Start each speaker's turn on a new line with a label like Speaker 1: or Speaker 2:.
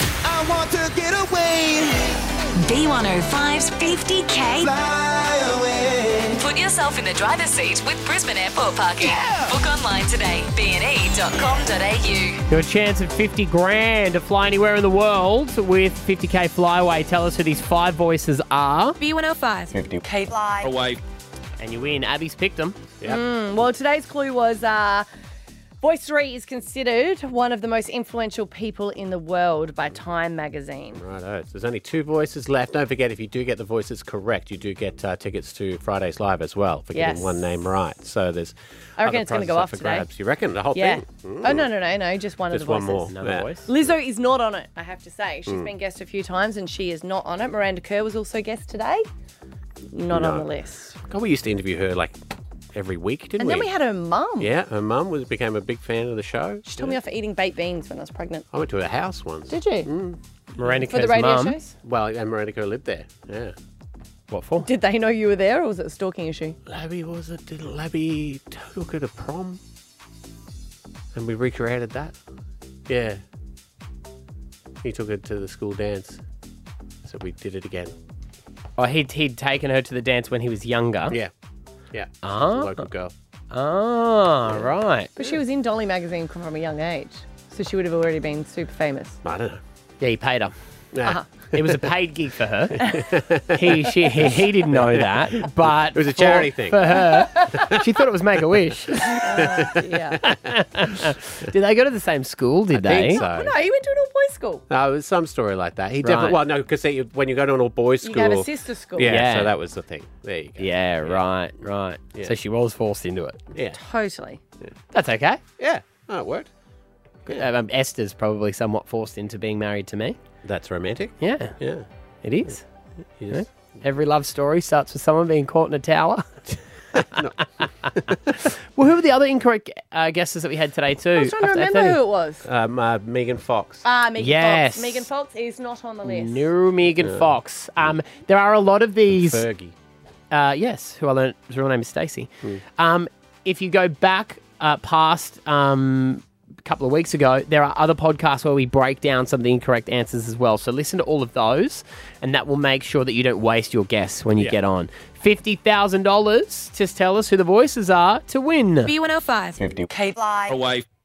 Speaker 1: I want to get away,
Speaker 2: B105's 50K.
Speaker 1: fly away.
Speaker 2: Put yourself in the driver's seat with Brisbane Airport parking. Book online today, E bne.com.au.
Speaker 3: Your chance at 50 grand to fly anywhere in the world with 50k flyaway. Tell us who these five voices are.
Speaker 4: B105.
Speaker 5: Away.
Speaker 3: And you win. Abby's picked them.
Speaker 4: Well, today's clue was uh, Voice 3 is considered one of the most influential people in the world by Time magazine.
Speaker 6: Righto. So there's only two voices left. Don't forget, if you do get the voices correct, you do get uh, tickets to Friday's Live as well for
Speaker 4: Yes.
Speaker 6: getting one name right. So there's.
Speaker 4: I reckon
Speaker 6: other
Speaker 4: it's gonna
Speaker 6: prizes
Speaker 4: go
Speaker 6: up
Speaker 4: off
Speaker 6: for
Speaker 4: today.
Speaker 6: grabs. You reckon the whole
Speaker 4: Yeah.
Speaker 6: thing?
Speaker 4: Oh, no, no, no, no. Just one
Speaker 6: Mm. Just
Speaker 4: of the
Speaker 6: one
Speaker 4: voices.
Speaker 6: more. Mm.
Speaker 3: Another
Speaker 6: Yeah.
Speaker 3: voice.
Speaker 4: Lizzo is not on it, I have to say. she's been guest a few times and she is not on it. Miranda Kerr was also guest today. Not on
Speaker 6: No.
Speaker 4: the list.
Speaker 6: God, we used to interview her like every week, didn't
Speaker 4: And
Speaker 6: we?
Speaker 4: then we had her mum.
Speaker 6: Yeah, her mum was became a big fan of the show.
Speaker 4: She told me off for eating baked beans when I was pregnant.
Speaker 6: I went to her house once.
Speaker 4: Did you?
Speaker 6: Mm.
Speaker 3: Miranda
Speaker 4: For the
Speaker 3: Kerr's
Speaker 4: radio
Speaker 3: mum.
Speaker 4: shows?
Speaker 6: Well, and Veronica lived there. Yeah.
Speaker 3: What for?
Speaker 4: Did they know you were there or was it a stalking issue?
Speaker 6: Labby was it? Did Labby took her to prom? And we recreated that? Yeah. He took her to the school dance. So we did it again.
Speaker 3: Oh, he'd, he'd taken her to the dance when he was younger.
Speaker 6: Yeah. Yeah.
Speaker 3: Ah.
Speaker 6: Local girl.
Speaker 3: Ah, right.
Speaker 4: But she was in Dolly magazine from a young age. So she would have already been super famous.
Speaker 6: I don't know.
Speaker 3: Yeah, he paid her.
Speaker 6: Nah.
Speaker 3: It was a paid gig for her. he, she, he he didn't know that, but
Speaker 6: It was a
Speaker 3: for-
Speaker 6: charity thing.
Speaker 3: for her. She thought it was Make a Wish. Did
Speaker 4: Yeah.
Speaker 3: they go to the same school? Did they?
Speaker 6: think so.
Speaker 4: Oh, no, you went to an all boys school.
Speaker 6: No, it was some story like that. He definitely, well, no, because when you go to an all boys
Speaker 4: You
Speaker 6: school.
Speaker 4: go to sister school.
Speaker 6: yeah,
Speaker 3: Yeah.
Speaker 6: so that was the thing. There you go.
Speaker 3: Yeah, right, right. So she was forced into it.
Speaker 6: Yeah.
Speaker 4: Totally.
Speaker 3: That's okay.
Speaker 6: Yeah. Oh, it worked.
Speaker 3: Um, Esther's probably somewhat forced into being married to me.
Speaker 6: That's romantic.
Speaker 3: Yeah,
Speaker 6: Yeah.
Speaker 3: it is.
Speaker 6: Yes.
Speaker 3: Every love story starts with someone being caught in a tower. well, who were the other incorrect uh, guesses that we had today too?
Speaker 4: I was trying to remember who it was.
Speaker 6: Um, uh, Megan Fox.
Speaker 4: Ah, Megan
Speaker 3: Yes.
Speaker 4: Fox. Megan Fox is not on the list.
Speaker 3: New Megan Fox. Um, there are a lot of these.
Speaker 6: Fergie.
Speaker 3: Uh, yes, who I learned his real name is Stacey. Um, if you go back uh, past um, a couple of weeks ago, there are other podcasts where we break down some of the incorrect answers as well. So listen to all of those, and that will make sure that you don't waste your guess when you
Speaker 6: Yeah.
Speaker 3: get on. Fifty thousand dollars. Just tell us who the voices are to win.
Speaker 4: B105.
Speaker 5: Away.